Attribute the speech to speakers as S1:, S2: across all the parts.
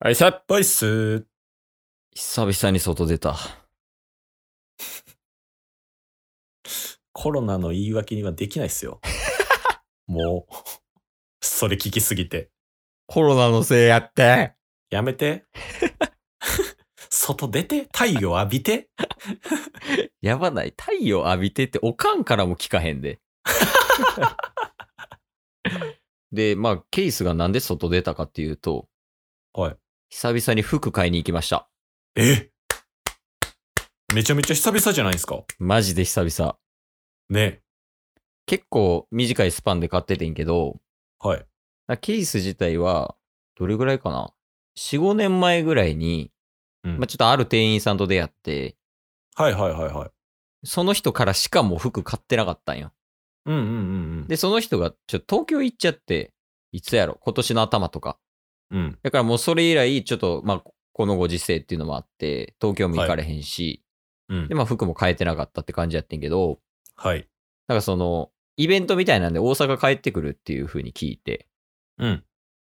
S1: はい、さっ、
S2: ボイス
S1: 久々に外出た。
S2: コロナの言い訳にはできないっす よ。もう、それ聞きすぎて。
S1: コロナのせいやって。
S2: やめ て。外出て、太陽浴びて。
S1: やばない。太陽浴びてって、おかんからも聞かへんで。 で、まあ、ケイスがなんで外出たかっていうと、
S2: はい。
S1: 久々に服買いに行きました。
S2: えめちゃめちゃ久々じゃないですか。
S1: マジで久々。
S2: ね。
S1: 結構短いスパンで買っててんけど、
S2: はい。
S1: ケイス自体は、どれぐらいかな ?4、5年前ぐらいに、
S2: うん
S1: まあ、ちょっとある店員さんと出会って、
S2: はいはいはいはい。
S1: その人からしかもう服買ってなかったんよ。
S2: うんうんうん
S1: で、その人がちょっと東京行っちゃって、いつやろ今年の頭とか。
S2: うん。うん。
S1: だからもうそれ以来、ちょっと、まあ、このご時世っていうのもあって、東京も行かれへんし、
S2: うん
S1: で、。まあ服も変えてなかったって感じやってんけど、
S2: はい。
S1: なんかその、イベントみたいなんで大阪帰ってくるっていう風に聞いて、
S2: うん。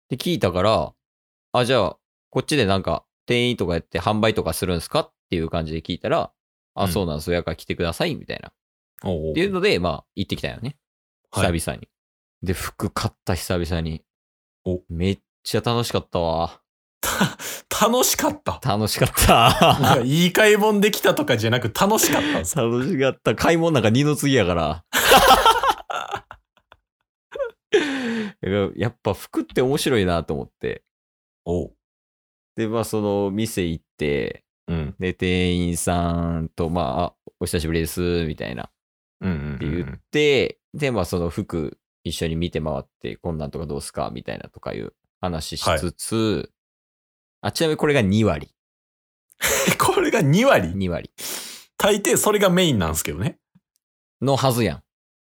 S1: で、聞いたから、あ、じゃあ、こっちでなんか、店員とかやって販売とかするんすかっていう感じで聞いたら、あ、
S2: うん
S1: そうなんですよ。やから来てください、みたいな。っ
S2: おうおう
S1: ていうので、まあ、行ってきたよね。久
S2: はい。
S1: 々に。で、服買った久々に。
S2: お
S1: めっちゃ楽しかったわ。
S2: 楽しかった。
S1: 楽しかっ
S2: なんか
S1: た。
S2: いい買い物できたとかじゃなく楽しかったんです。
S1: 楽しかった。買い物なんか二の次やから。 やっぱ服って面白いなと思って。
S2: おう。
S1: で、まあ、その店行って、
S2: うん。
S1: で、店員さんと、まああ、お久しぶりです、みたいな。
S2: うんうん。
S1: って言って、で、まあ、その服一緒に見て回って、こんなんとかどうすかみたいなとかいう話しつつ、あ、ちなみにこれが2割。
S2: これが2割。
S1: 2割。
S2: 大抵それがメインなんですけどね。
S1: のはずやん。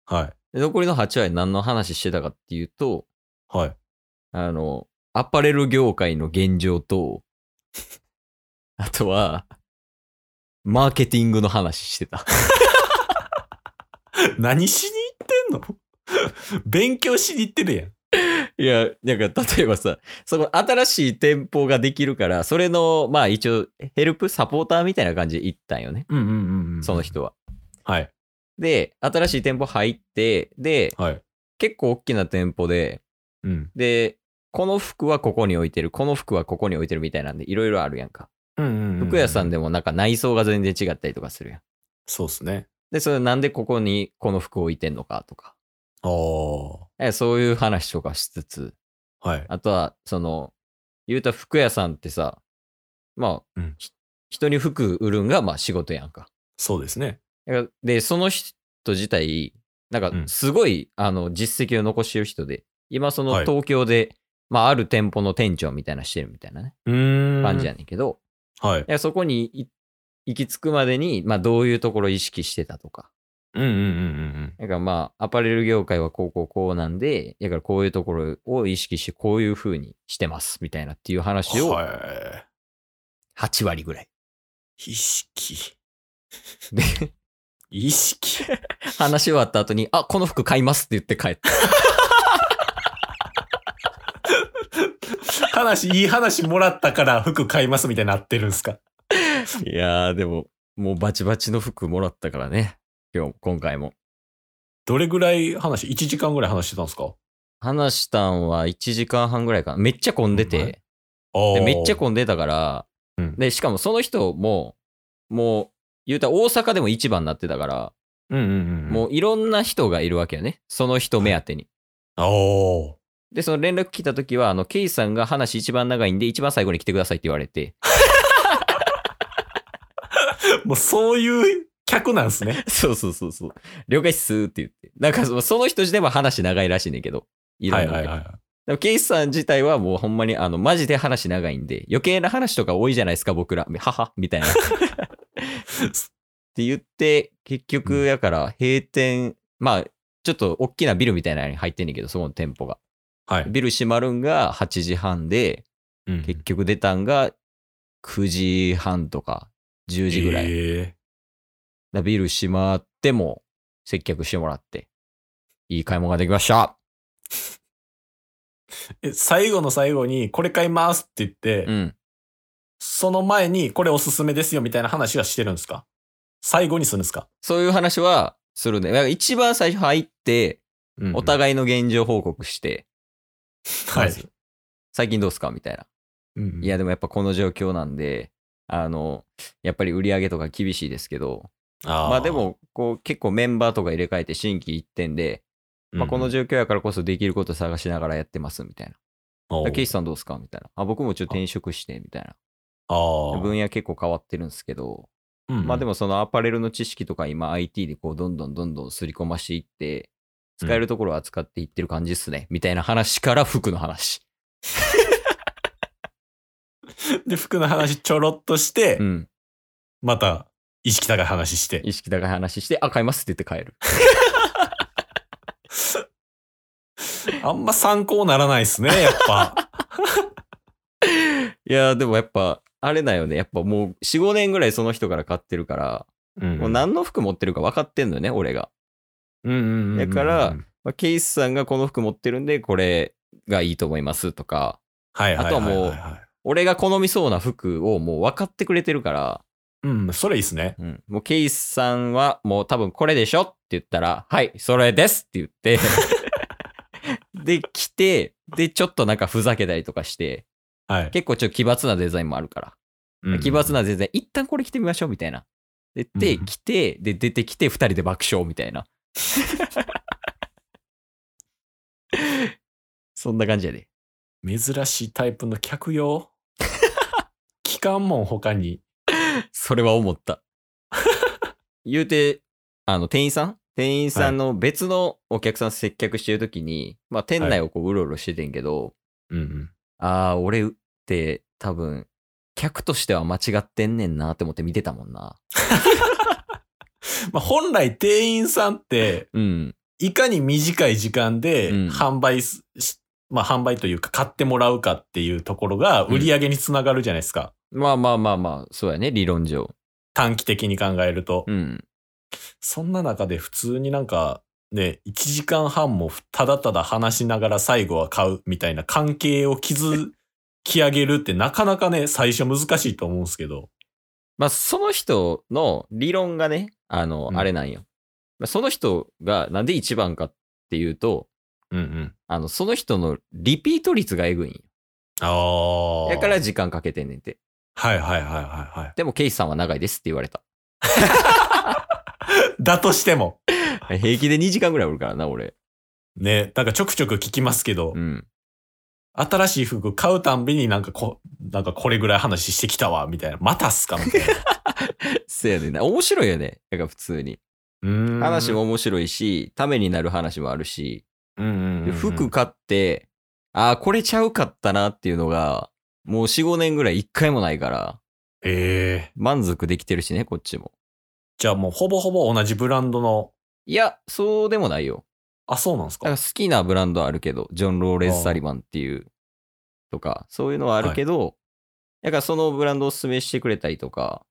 S2: はい。
S1: で残りの8割何の話してたかっていうと、
S2: はい。
S1: あの、アパレル業界の現状と、 あとは、マーケティングの話してた。
S2: 何しに行ってんの 勉強しに行ってるやん。
S1: いや、なんか例えばさ、その新しい店舗ができるから、それの、まあ一応ヘルプ、サポーターみたいな感じで行ったんよね。
S2: うんうんうん、
S1: その。人は。
S2: はい。
S1: で、新しい店舗入って、で、
S2: はい。
S1: 結構大きな店舗で、
S2: うん。
S1: で、この服はここに置いてる、この服はここに置いてるみたいなんで、いろいろあるやんか。
S2: うんうん
S1: 服屋さん
S2: で。
S1: でもなんか内装が全然違ったりとかするやん。
S2: そうですね。
S1: で、それなんでここにこの服置いてんのかとか、
S2: ああ。は
S1: えそういう話とかしつつ、
S2: い。
S1: あとは、その、言うたら服屋さんってさ、ま
S2: う
S1: あ、
S2: ん
S1: ひ人に服売るんがまあ仕事やんか。
S2: そうですね。
S1: だからで、その人自体、なんか
S2: うん
S1: すごい、あの実績を残してる人で、今その
S2: はい
S1: 東京で、まあある店舗の店長みたいなしてるみたいなね、
S2: うーん。
S1: 感じやねんけど、
S2: はい
S1: い。やそこにい行き着くまでに、まあどういうところを意識してたとか、
S2: うんうんうんうん
S1: だからまあアパレル業界はこうこうこうなんで、だからこういうところを意識してこういう風にしてますみたいなっていう話
S2: うん。
S1: を
S2: は
S1: 8割ぐらい。
S2: い。意識。
S1: で、
S2: 意識。
S1: 話し終わった後に、あ、この服買いますって言って帰った。
S2: 話、いい話もらったから服買いますみたいになってるんすか。
S1: いやー、でも、もうバチバチの服もらったからね。今日、今回も。
S2: どれぐらい話、1時間ぐらい話してたんですか
S1: 話したんは1時間半ぐらいかな。めっちゃ混んで
S2: ほんま
S1: て。
S2: あー
S1: でめっちゃ混んでたから、
S2: うん
S1: で、しかもその人も、もう、言うたら大阪でも市場になってたから、
S2: うんうんうん。
S1: もういろんな人がいるわけよね。その人目当てに。
S2: あー
S1: で、その連絡来た時は、あの、ケイさんが話一番長いんで、一番最後に来てくださいって言われて。
S2: もうそういう客なんですね。
S1: そうそうそうそう。了解っすーって言って。なんかその、その人自体は話長いらしいねんだけど。 いろ
S2: はい
S1: んな
S2: はいはい。
S1: でも、ケイスさん自体はもうほんまに、あの、マジで話長いんで、余計な話とか多いじゃないですか、僕ら。はは、みたいな。って言って、結局、やから、閉店、まあ、ちょっと大きなビルみたいなのに入ってんねんけど、そこの店舗が。
S2: はい。
S1: ビル閉まるんが8時半で、
S2: うん
S1: 結局出たんが9時半とか10時ぐらい。だか
S2: ええ
S1: らビル閉まっても、接客してもらって、いい買い物ができました。
S2: え最後の最後に、これ買いますって言って、
S1: うん。
S2: その前に、これおすすめですよみたいな話はしてるんですか最後にするんですか
S1: そういう話はするね。だから一番最初入って、お
S2: い、
S1: 互いの現状報告して、
S2: は
S1: ま
S2: い。
S1: ず最近どうすかみたいな。
S2: うん
S1: いや、でもやっぱこの状況なんで、あの、やっぱり売り上げとか厳しいですけど、
S2: あー
S1: まあで、も、こう結構メンバーとか入れ替えて新規一点で、まあ、この状況やからこそできること探しながらやってますみたいな。
S2: 況
S1: ケイシさんどうすかみたいな。あ、僕もちょっと転職してみたい
S2: あ
S1: な。分野結構変わってるんですけど、
S2: ー
S1: まあで
S2: も、
S1: もそのアパレルの知識とか今 IT でこうどんどんどんどん刷り込ましていって、使えるところは使っていってる感じですね。みたいな話から服の話。
S2: で、服の話ちょろっとして、
S1: うん。
S2: また、意識高い話して。
S1: 意識高い話して、あ、買いますって言って帰る。
S2: あんま参考ならないですね、やっ ぱ。
S1: いやーでもやっぱ、あれだよね。やっぱもう4、5年ぐらいその人から買ってるから、
S2: うん
S1: もう何の服持ってるか分かってんのよね、俺が。
S2: うんうんうんうんうん
S1: だから、まあ、ケイスさんがこの服持ってるんで、これがいいと思いますとか、
S2: はいはいはいはい、
S1: あと俺が好みそうな服をもう分かってくれてるから、
S2: う、うん、それいいですね。
S1: うん、もうケイスさんはもう多分これでしょって言ったら、はい、それですって言 って、で、来て、で、ちょっとなんかふざけたりとかして、
S2: はい。
S1: 結構ちょっと奇抜なデザインもあるから、奇抜なデザイン、一旦これ着てみましょうみたいな。で、で
S2: うん
S1: 来て、で、出てきて、二人で爆笑みた いな。そんな感じやで。
S2: 珍しいタイプの客 用聞かんもん他に。
S1: それは思った。言うて、あの、店員さん店員さんの別のお客さん接客してるときに、まあ、店内をこう、うろうろしててんけど、
S2: うんうん、
S1: ああ、俺って多分、客としては間違ってんねんなって思って見てたもんな。
S2: まあ本来店員さんって
S1: うん。
S2: いかに短い時間で
S1: うん
S2: 販売すし、まあ販売というか買ってもらうかっていうところが売り上げにつながるじゃないですか。
S1: まあまあまあまあ、そうやね、理論上。
S2: 短期的に考えると。
S1: うん。
S2: そんな中で普通になんかね、1時間半もただただ話しながら最後は買うみたいな関係を築き上げるってなかなかね、最初難しいと思うんですけど。
S1: まあ、その人の理論がね、あの、
S2: うん
S1: あれなんよ。まあその人がなんで一番かっていうと、
S2: うんうん。
S1: あの、その人のリピート率がえぐいんよ。
S2: ああ。
S1: だから時間かけてんねんて。
S2: はいはいはいはいはい。
S1: でも、ケイスさんは長いですって言われた。
S2: だとしても。
S1: 平気で2時間ぐらいおるからな、俺。
S2: ね、なんかちょくちょく聞きますけど、
S1: うん。
S2: 新しい服買うたんびになんかこ、なんかこれぐらい話してきたわ、みたいな。またっすかみたい な。
S1: せやねんな。面白いよね。だから普通に。
S2: うーん
S1: 話も、面白いし、ためになる話もあるし、
S2: うんうんうんうん
S1: で服買って、ああ、これちゃうかったなっていうのが、もう4、5年ぐらい1回もないから、
S2: ええ
S1: 満足できてるしね、こっちも。
S2: じゃあもうほぼほぼ同じブランドの、
S1: いや、そうでもないよ。
S2: あ、そうなんです
S1: だか。
S2: から
S1: 好きなブランドはあるけど、ジョン・ローレンス・サリバンっていうとか、そういうのはあるけど、だからそのブランドをおすすめしてくれたりとか、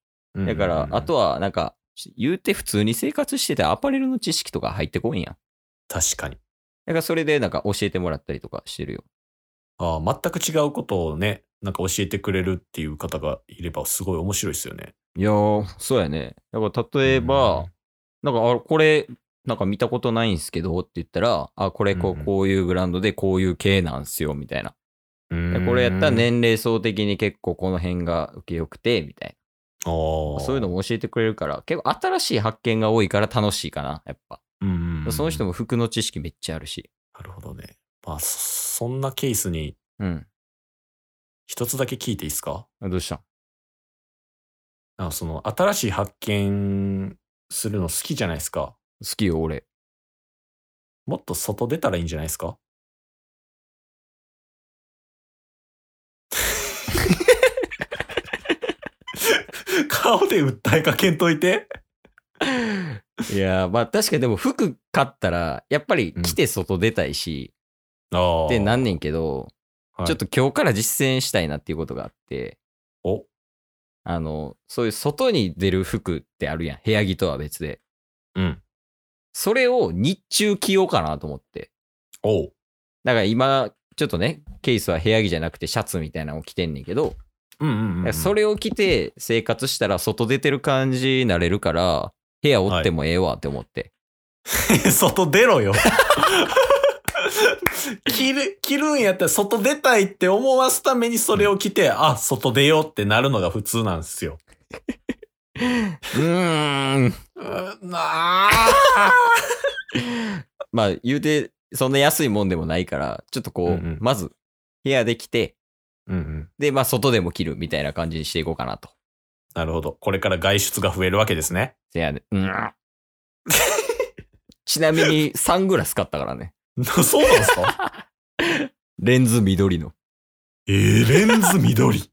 S2: う
S1: だか
S2: んう
S1: ら
S2: んう、ん
S1: あとはなんか、言うて普通に生活しててアパレルの知識とか入ってこいんやん。
S2: 確かに。
S1: だからそれでなんか教えてもらったりとかしてるよ。
S2: ああ、全く違うことをね、なんか教えてくれるっていう方がいればすごい面白いですよね。
S1: いやー、そうやね。だから例えば、なんか、あ、これ、なんか見たことないんすけどって言ったら、あ、これこ
S2: うんう
S1: う、
S2: ん
S1: こういうブランドでこういう系なんすよ、みたいな。
S2: う
S1: で
S2: ん、
S1: これやったら年齢層的に結構この辺が受けよくて、みたい
S2: あ
S1: な。
S2: ー、
S1: そういうのも教えてくれるから、結構新しい発見が多いから楽しいかな、やっぱ。
S2: うんうんうん
S1: その人も服の知識めっちゃあるし。
S2: なるほどね。まあ、そそんなケースに
S1: うん。
S2: 一つだけ聞いていいですか
S1: あどうしたん
S2: なんかその新しい発見するの好きじゃないですか。
S1: 好きよ、俺。
S2: もっと外出たらいいんじゃないです か顔で訴えかけんといて。
S1: いやー、まあ確かにでも服買ったら、やっぱり着て外出たいし、
S2: あ
S1: ってなんねんけど、
S2: はい
S1: ちょっと今日から実践したいなっていうことがあって、
S2: お
S1: あの、そういう外に出る服ってあるやん。部屋着とは別で。
S2: うん。
S1: それを日中着ようかなと思って。
S2: おう。
S1: だから今、ちょっとね、ケースは部屋着じゃなくてシャツみたいなのを着てんねんけど、
S2: うんうんうんうん。
S1: それを着て生活したら外出てる感じになれるから、部屋おってもええわって思って。
S2: 外出ろよ。着る、着るんやったら外出たいって思わすためにそれを着て、あ、外出ようってなるのが普通なんですよ。
S1: うーん。
S2: うーなあ。
S1: まあ言うて、そんな安いもんでもないから、ちょっとこう、
S2: うんうん
S1: まず部屋で着て、
S2: うんうん。
S1: で、まあ外でも着るみたいな感じにしていこうかなと。
S2: なるほど。これから外出が増えるわけですね。
S1: せやで、うん。ちなみにサングラス買ったからね。
S2: そうなんですか
S1: レンズ緑の。
S2: えー、レンズ緑。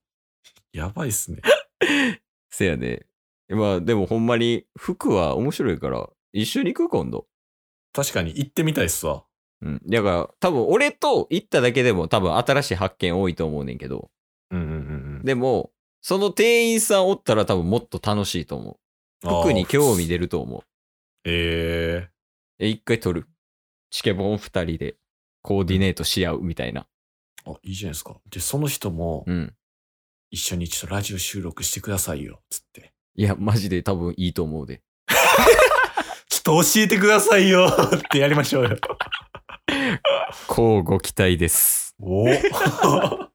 S2: やばいっすね。
S1: せやで。まあでもほんまに服は面白いから、一緒に行く今度。
S2: 確かに行ってみたいっすわ。
S1: うん。だから、多分俺と行っただけでも多分新しい発見多いと思うねんけど。
S2: うんうんうん
S1: でも、その店員さんおったら多分もっと楽しいと思
S2: う
S1: う。
S2: ん。
S1: 服に興味
S2: で。
S1: 出ると思う。
S2: え
S1: え、一回撮る。チケボン二人でコーディネートし合うみたいな。
S2: ー、あ、いいじゃないですか。で、その人も
S1: う、ん。
S2: 一緒にちょっとラジオ収録してくださいよ、つって。
S1: いや、マジで多分いいと思うで。
S2: ちょっと教えてくださいよってやりましょうよ。
S1: こうご期待です。
S2: おは